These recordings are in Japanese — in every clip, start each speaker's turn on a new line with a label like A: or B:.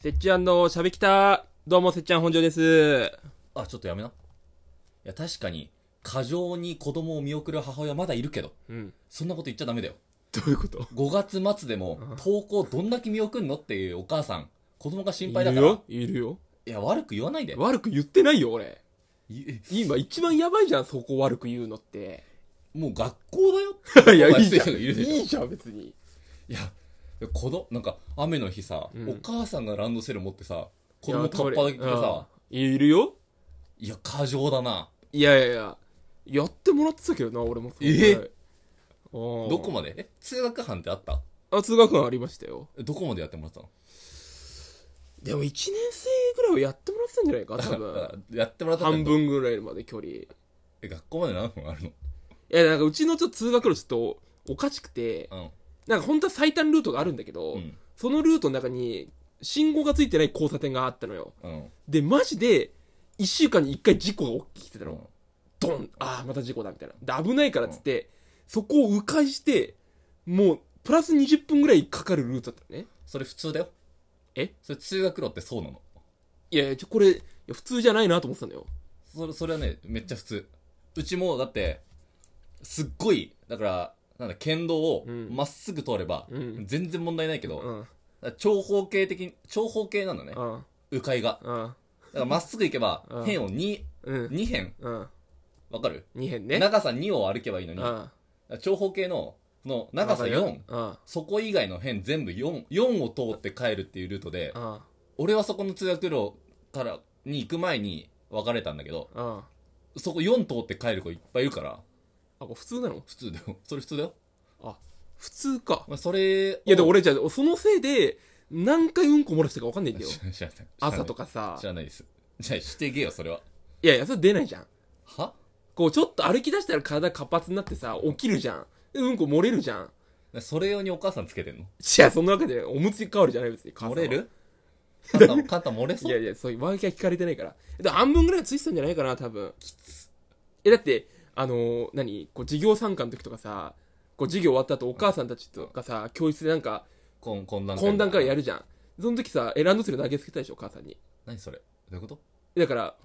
A: せっちゃんのしゃべきた。どうも、せっちゃん本庄です。
B: あ、ちょっとやめな。いや、確かに、過剰に子供を見送る母親まだいるけど、
A: うん。
B: そんなこと言っちゃダメだよ。
A: どういうこと
B: 5月末でも、登校どんだけ見送んのっていうお母さん、子供が心配だ
A: い
B: か
A: る
B: ら。
A: よ。いるよ。
B: いや、悪く言わないで。
A: 悪く言ってないよ、俺。
B: い
A: 今、一番やばいじゃん、そこ悪く言うのって。
B: もう学校だ よ。
A: いや、い
B: お前
A: いじゃん。
B: そういうのいるでしょ
A: いいじゃん、別に。
B: いや、子供、なんか、雨の日さ、
A: うん
B: お母さんがランドセル持ってさ、子供カッパだけ着てさ、
A: いや。倒れうんいるよ。
B: いや、過剰だな。
A: いやいやいや。やってもらってたけどな、俺も。
B: え
A: ど
B: どこまでえ、通学班ってあった
A: あ、通学班ありましたよ。
B: えどこまでやってもらってたの
A: でも、1年生ぐらいはやってもらってたんじゃないか、多分。
B: やってもらってたん だ
A: 半分ぐらいまで距離。い
B: え、学校まで何分ある
A: や、なんか、うちのちょっと通学路ちょっと、おかしくて、
B: の
A: なんか本当は最短ルートがあるんだけど、
B: うん。
A: そのルートの中に信号がついてない交差点があったのよ。
B: うん。うん。
A: で、マジで、1週間に1回事故が起きてたの。
B: うん
A: ドンああ、また事故だみたいな。で、危ないからっつって、そこを迂回して、もう、プラス20分ぐらいかかるルートだったのね。
B: それ普通だよ。
A: え
B: それ通学路ってそうなの。
A: いやいや、ちょ、これ、いや普通じゃないなと思ってたのよ。
B: それ、それはね、めっちゃ普通。うちも、だって、すっごい、だから、なんだ、県道を
A: うん
B: まっすぐ通れば、
A: うん
B: 全然問題ないけど、
A: う
B: だか
A: ん。
B: ら長方形的に、長方形なんだね。
A: うん。
B: 迂回が。
A: うん。
B: だからまっすぐ行けば
A: うん、
B: 辺を2、
A: うん。
B: 2辺、
A: うん。
B: わかる
A: 2辺ね。
B: 長さ2を歩けばいいの
A: う
B: に、だか
A: ん。
B: ら長方形の、その、長さ4、
A: うん。
B: そこ以外の辺全部4、4を通って帰るっていうルートで
A: う、ん。
B: 俺はそこの通学路から、に行く前に別れたんだけど、
A: うん。あ、
B: そこ4通って帰る子いっぱいいるから、
A: これ普通なの
B: 普通だよ。そ れ普通だよ。
A: あ、普通か。
B: まあ、それを、
A: いやでも俺じゃあそのせいで何回うんこ漏らしたか分かんないんだよ
B: 知らない、知らない。
A: 朝と
B: か。
A: かさ
B: 知らないです。じゃあ、してげよ、それは。
A: いやいやそれ出ないじゃん
B: は
A: こうちょっと歩き出したら体活発になってさ起きるじゃんでうんこ漏れるじゃん
B: それ用にお母さんつけてんの
A: いやそんなわけでおむつ代わりじゃない別 に母さん
B: 漏
A: は
B: れる肩、肩漏れ
A: い
B: そ
A: や
B: う
A: いやそういうワンキャ聞かれてないからで半分ぐらいはついてたんじゃないかな多分きつえだってあのー何こう授業参観の時とかさこう授業終わった後お母さんたちとかさ教室でなんか
B: こん、こんなん
A: 懇談会や
B: る。
A: るじゃんその時さえランドセル投げつけたでしょ母さんに
B: 何それどういうこと
A: だから、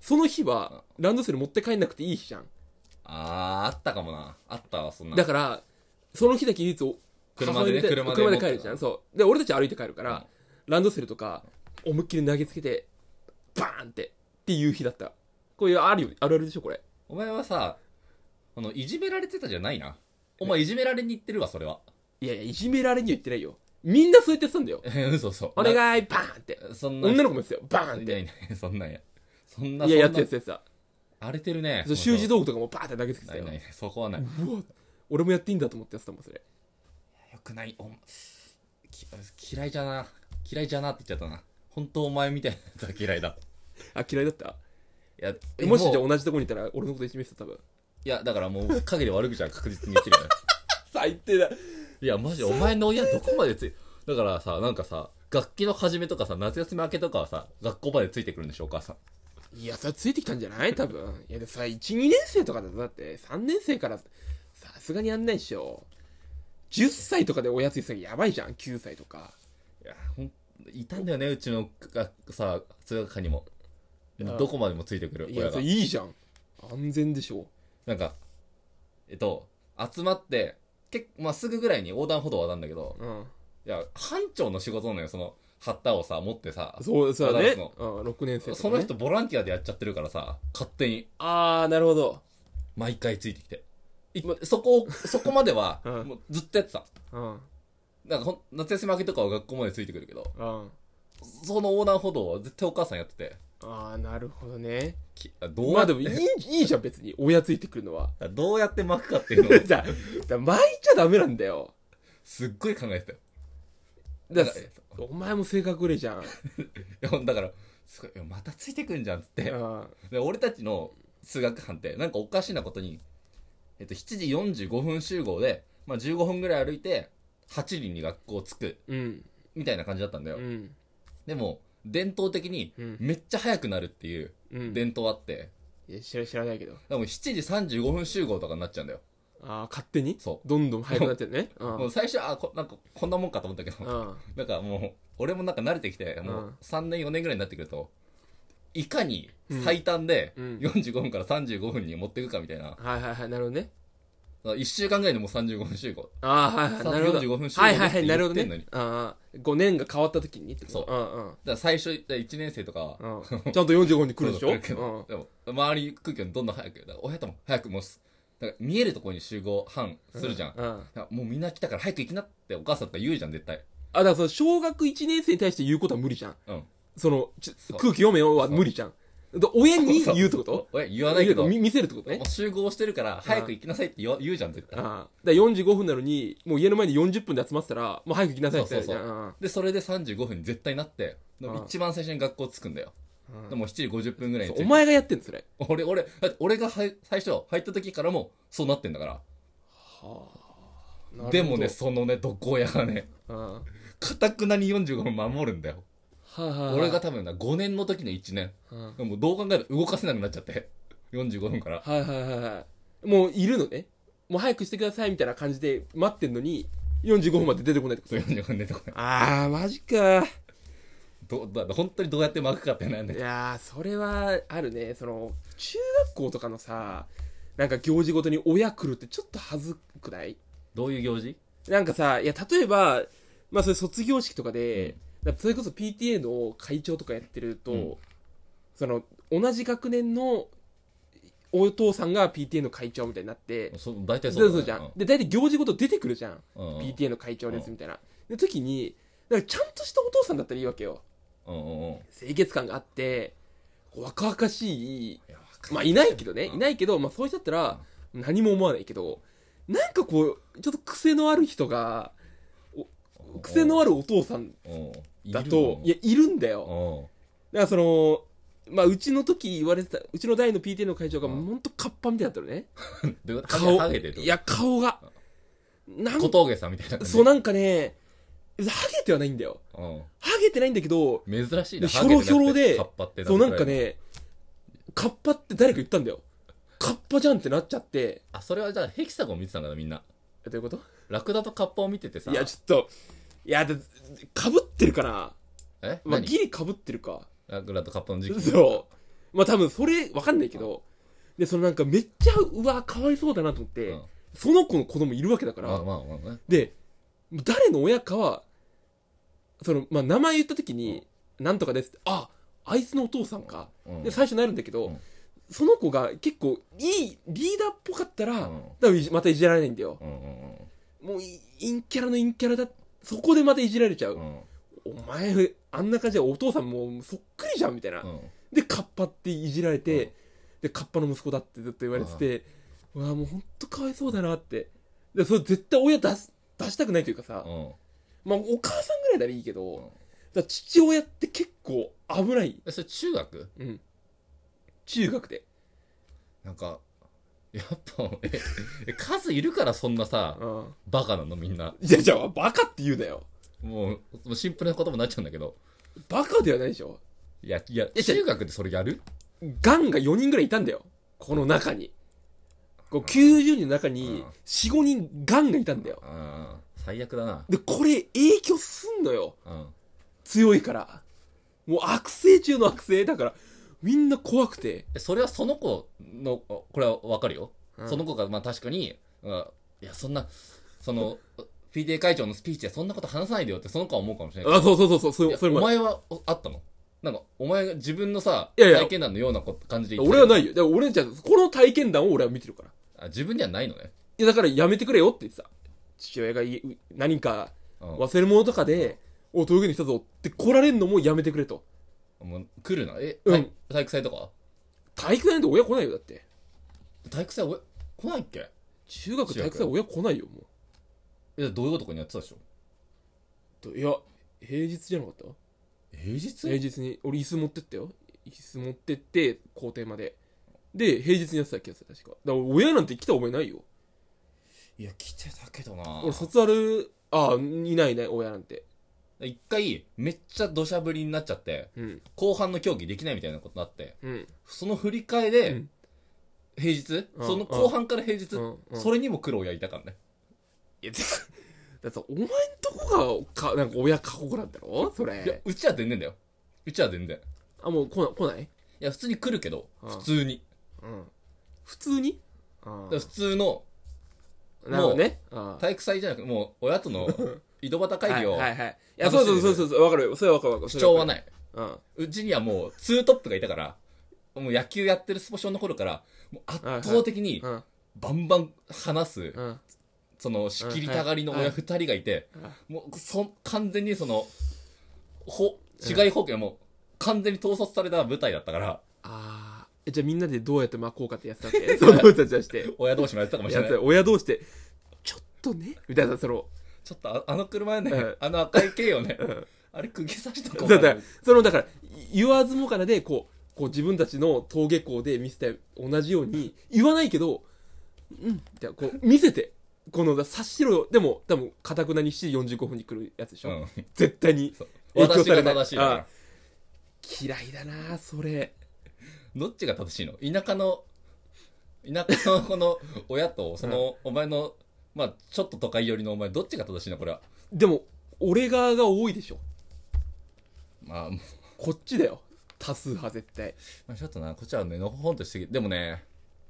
A: その日は、ランドセル持って帰んなくていい日じゃん。
B: あー、あったかもな。あったわ、そんな。
A: だから、その日だけ唯一お、
B: 車で
A: 母親
B: ね
A: に
B: 車で
A: 車で帰るじゃん。そう。で、俺たち歩いて帰るから、
B: うん
A: ランドセルとか、思いっきり投げつけて、バーンって、っていう日だった。こういう、あるよ、あるあるでしょ、これ。
B: お前はさ、あの、いじめられてたじゃないな。お前、いじめられに行ってるわ、それは。
A: いやいや、いじめられには言ってないよ。みんなそうやってやってたんだよ。
B: え、嘘嘘。
A: お願い、バーンって。
B: な。そんな。
A: 女の子もですよ、バーンっ
B: いない
A: て。
B: いない、そんなんや。そんな、
A: いや、やってたや
B: そんな
A: つやってた。
B: 荒れてるね。
A: そう習字道具とかもバーンって投げつけて
B: な
A: た
B: い
A: よ
B: な。いない、そこはない。よ
A: うわ、俺もやっていいんだと思ってやってたもん、それ。
B: くない、おき嫌いじゃな。嫌いじゃなって言っちゃったな。本当お前みたいなやつは嫌いだ。
A: あ、嫌いだった
B: いや、
A: もしじゃあ
B: もう
A: 同じとこにいたら、俺のこといじめてた、多分。
B: いや、だからもう、陰で悪口は確実に言ってるよね。
A: 最低だ。
B: いや、マジ、お前の親どこまでつい、だからさ、なんかさ、楽器の始めとかさ、夏休み明けとかはさ、学校までついてくるんでしょ、お母さん。
A: いや、それはついてきたんじゃない多分。いや、でもさ、1、2年生とかだと、だって、3年生から、さすがにやんないでしょ。10歳とかでおやついてたらやばいじゃん、9歳とか。
B: いや、ほん、いたんだよね、うちの、がさ、通学科にも。
A: や
B: どこまでもついてくる、
A: い
B: 親
A: や、そ
B: が
A: れ。いいじゃん。安全でしょ。
B: なんか、えっと、集まって、結構、まあ、すぐぐらいに横断歩道渡るんだけど、
A: うん。
B: いや、班長の仕事なのよ、その、旗をさ、持ってさ、
A: そう、そうだね。
B: そう
A: うん、6年生とか、ね。
B: その人。ボランティアでやっちゃってるからさ、勝手に、
A: あー、なるほど。
B: 毎回ついてきて。いそこを、そこまでは、
A: うん
B: もうずっとやってた。
A: うん。
B: なんかほん夏休み明けとかは学校までついてくるけど、
A: うん。
B: その横断歩道は絶対お母さんやってて、
A: あー、なるほどね。
B: きどう
A: ま
B: や
A: あ
B: っ
A: で
B: て、
A: も、いい、いいじゃん、別に。親ついてくるのは。
B: どうやって巻くかっていうの を
A: じゃあ、だから巻いちゃダメなんだよ。
B: すっごい考えてたよ。
A: だ
B: だ
A: か、
B: から
A: お前も性格悪いじゃん。
B: いやだから、すごいいや、またついてくんじゃんっつって
A: う。ん。
B: で俺たちの数学班って、なんかおかしなことに、えっと、7時45分集合で、まあ15分ぐらい歩いて、8時に学校着く、
A: うん。
B: みたいな感じだったんだよ。
A: うん。
B: でも、伝統的に
A: うん、
B: めっちゃ早くなるっていう
A: うん。
B: 伝統あって、
A: いや知ら知らないけど
B: でもう7時35分集合とかになっちゃうんだよ。
A: ああ勝手に
B: そう
A: どんどん速くなってるねうん
B: もう最初、あ、こなんかこんなもんかと思ったけど、
A: うん
B: なんかも俺もなんか慣れてきて、も
A: う
B: うん3年4年ぐらいになってくると、いかに最短で
A: うん
B: 45分から35分に持っていくかみたい
A: は
B: な。
A: いはいはい、なるほどね。
B: 1週間ぐらいでもう35分集合。
A: ああ、はいはい、
B: さあ
A: なるほど。
B: 45分集合
A: はいはいは
B: です
A: い、
B: って
A: なる
B: 言
A: ほ
B: っ
A: ど
B: てんの
A: ね
B: に。
A: ああ、5年が変わった時にってこと
B: そう
A: う。
B: だから最初、1年生とかは、
A: うんうん。ちゃんと45分に来るでしょ
B: そうだけどでも周り空気がどんどん早く、だから親とも早くもうす、だから見えるところに集合班するじゃん。
A: うん。うん
B: いやもうみんな来たから早く行きなってお母さんとか言うじゃん、絶対。
A: あ、だからその小学1年生に対して言うことは無理じゃん。
B: うん。
A: その、ち
B: う
A: 空気読めよは無理じゃん。で親に言うってこと
B: え、言わないけど、も
A: み見せるってことね
B: う。集合してるから早く行きなさいって言わ言うじゃん、絶対。
A: ああ。だから45分なのに、もう家の前で40分で集まってたら、もう早く来なさいってなるじゃん。
B: そう
A: うんうん
B: で、それで35分に絶対なって、で
A: うん
B: も一番最初に学校着くんだよ。
A: うん
B: でも7時50分ぐらいに着
A: お
B: いて。
A: 前がやってんのそれ。
B: 俺、俺、だって俺がはい最初入った時からもそうなってんだから。でもね、そのね、どこやがね、
A: うん、は
B: かたくなに45分守るんだよ。
A: あはあ
B: 俺が、多分な、5年の時の1年。
A: うんは
B: でもどう考えても動かせなくなっちゃって。45分から。
A: いはいはいはい。もういるのね。もう早くしてくださいみたいな感じで待ってんのに、45分まで出てこないってこ
B: そう、45分でとか。
A: と。ああ、マジか。
B: ど、だ、本当にどうやって巻くかってなんだ
A: い
B: よ。
A: やー、それはあるね。その、中学校とかのさ、なんか行事ごとに親来るってちょっと恥ずくない
B: どういう行事
A: なんかさ、いや、例えば、まあそれ卒業式とかで、だからそれこそ PTA の会長とかやってると、
B: うん
A: その同じ学年のお父さんが PTA の会長みたいになって、
B: そう、大体
A: そ
B: そううだね
A: そうじゃん、で大体行事ごと出てくるじゃん、
B: うんうん
A: PTA の会長ですみたいな、で時にだからちゃんとしたお父さんだったらいいわけよ
B: うんうんうん。
A: 清潔感があってこう若々しい
B: いやわか
A: まあいないけどね、
B: うん
A: いないけど、まあそういう人だったら何も思わないけど、なんかこう、ちょっと癖のある人が、
B: る
A: 癖のあるお父さん
B: うん
A: だと、いや、いるんだよ。だからその、まあうちの時言われてた、うちの代の PTA の会長が
B: うん
A: ほんとカッパみたいだったのね。
B: うん。顔、
A: 顔、
B: ハゲてるってこと
A: いや、顔が。なん
B: 小峠さんみたいな感じ。
A: そうなんかね、ハゲてはないんだよ。
B: う
A: ハゲてないんだけど、
B: ん。珍しい
A: で
B: な。
A: ひょろひょろで
B: ハゲてなくてカッパって
A: そうなんか。ね、カッパって誰か言ったんだよ。カッパじゃんってなっちゃって、
B: あ、それはじゃあヘキサゴン見てたんだな、みんな。
A: えどういうこと
B: ラクダとカッパを見ててさ。
A: いや、ちょっと、いや、だかぶってるかな。
B: え
A: まあ、
B: 何
A: ギリかぶってるか。
B: ラクダとカッパの時期。
A: そう。まあ、多分それ、わかんないけど、で、そのなんかめっちゃ、うわ、かわいそうだなと思って、
B: うん
A: その子の子供いるわけだから、
B: まあまあまあね。
A: で、誰の親かは、その、まあ、名前言った時に、なんとかですって、あ、あいつのお父さんか。
B: うん
A: で、最初なるんだけど、
B: うん
A: その子が結構、いいリーダーっぽかったら、
B: うん
A: 多分いじまたいじられないんだよ。
B: うんうん
A: もうい、陰キャラの陰キャラだ、そこでまたいじられちゃう。
B: うん。
A: お前、あんな感じでお父さんもうそっくりじゃんみたいな。
B: うん。
A: で、カッパっていじられて、
B: うん
A: で、カッパの息子だってずっと言われてて、うわもうほんとかわいそうだなって。で、それ絶対親出す、出したくないというかさ、
B: うん。
A: まあお母さんぐらいならいいけど、
B: ん
A: だから父親って結構危ない。
B: え、それ中学
A: うん。中学で。
B: なんか、やっぱ、え、え数いるからそんなさ、
A: うん。
B: バカなのみんな。
A: いや、じゃあ、バカって言うなよ。
B: もう、もうシンプルな言葉になっちゃうんだけど。
A: バカではないでしょ。
B: いや、いや、
A: えじゃあ
B: 中学でそれやる
A: ガンが4人ぐらいいたんだよ。この中に。こう90人の中に
B: うん
A: 4、5人ガンがいたんだよ。
B: ああ、最悪だな。
A: で、これ影響すんのよ。
B: うん。
A: 強いから。もう悪性中の悪性。だから、みんな怖くて。
B: えそれはその子の、あこれはわかるよ。
A: うん
B: その子が、まあ確かに、うんいや、そんな、その、PTA 会長のスピーチでそんなこと話さないでよってその子は思うかもしれない
A: あ、そうそうそうそう、それ
B: けど。いや
A: それ
B: お
A: もある。
B: 前はおあったのなんか、お前が自分のさ、
A: いやいや
B: 体験談のようなこと感じで言って。
A: 俺はないいよ。だから俺じゃ、この体験談を俺は見てるから。
B: あ自分ではないのね。
A: いや、だからやめてくれよって言ってた。父親がいいう何か
B: うん
A: 忘れ物とかで、お、東京に来たぞって来られんのもやめてくれと。
B: もう来るな。え、
A: うん
B: 体体育祭とか
A: 体育祭なんて親来ないよ、だって。
B: 体育祭お来ないっけ
A: 中学体育祭親来ないよ、も
B: いや、どういうことかにやってたでしょ
A: う。いや、平日じゃなかった
B: 平日
A: 平日に俺椅子持ってったよ椅子持ってって校庭までで平日にやってた気がする確かだから親なんて来た覚えないよ
B: いや、来てたけどな
A: 俺卒アルああいないいない親なんて
B: 一回、めっちゃ土砂降りになっちゃって、
A: うん
B: 後半の競技できないみたいなことになって、
A: うん
B: その振り替えで、
A: うん
B: 平日
A: うん
B: その後半から平日、
A: うんうん
B: それにも苦労やいたからね。
A: いや だからさお前んとこがかなんか親過保護なんだろそ
B: いや
A: れ
B: うちは全然だようちは全然
A: あもう来な来ない、
B: いや普通に来るけど
A: うん
B: 普通に
A: うん、普通にあ
B: だから
A: ー
B: 普通の
A: なるほどねあー
B: 体育祭じゃなくてもう親と の井戸端会議を
A: はいはいはいいやそうそうそうそうそうわかるよそれはわかるわかる、
B: 主張はないいううちにはもうツートップがいたからもう野球やってるスポ少の頃からもう圧倒的に
A: んうん
B: バンバン話す
A: うん
B: その仕切りたがりの親二人がいて
A: うんはい
B: もうそ完全にそのほ違い方向もう完全に統率された舞台だったから
A: ああじゃあみんなでどうやって巻こうかってやってたってその人たちはして
B: 親同士もやってたかもし
A: や
B: れ
A: っ
B: な
A: て
B: い
A: た親同士でちょっとねみたいなその
B: ちょっとああの車ね、
A: うん
B: あの赤い軽をね、
A: うん
B: あれ釘刺した
A: そうだからそのだから言わずもからでこうこう自分たちの登下校で見せて同じように言わないけどうんじゃこう見せてこの察しろよでも多分かたくなに7時45分に来るやつでしょ、
B: うん、
A: 絶対に
B: そう
A: 影響
B: 私
A: され
B: が
A: ない
B: 正しいだから
A: あ嫌いだなそれ
B: どっちが正しいの田舎の田舎のこの親とそのお前の、まあちょっと都会寄りのお前どっちが正しいのこれは
A: でも俺側が多いでしょ
B: まあ、もう
A: こっちだよ多数派絶対
B: まあちょっとなこっちはねのほほんとしてきでもね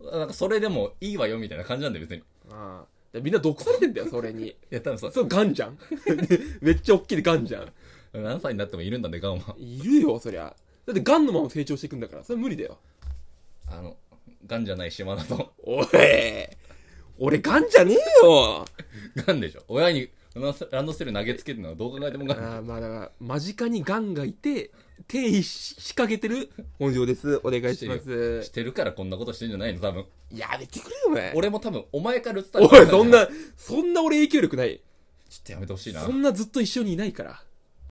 B: なんかそれでもいいわよみたいな感じなんだよ別にい
A: ああみんな毒されてんだよそれに
B: や多分そう
A: そうガンじゃん めっちゃ大きいでガンじゃん
B: 何歳になってもいるんだねガンはい
A: るよそりゃだってガンのまま成長していくんだからそれ無理だよ
B: あのガンじゃない島だと
A: おい俺ガンじゃねえよ
B: ガンでしょ親にランドセル投げつけるのはどう考えてもガン
A: ああまあだから間近にガンがいて手いし仕掛けてる本庄ですお願いしま
B: し
A: す
B: てるからこんなことしてんじゃないの多分
A: やめてくれよお前
B: 俺も多分お前から伝え
A: おいそん
B: ちょ
A: なそんな俺影響力ない
B: っとやめてほしいな
A: そんなずっと一緒にいないから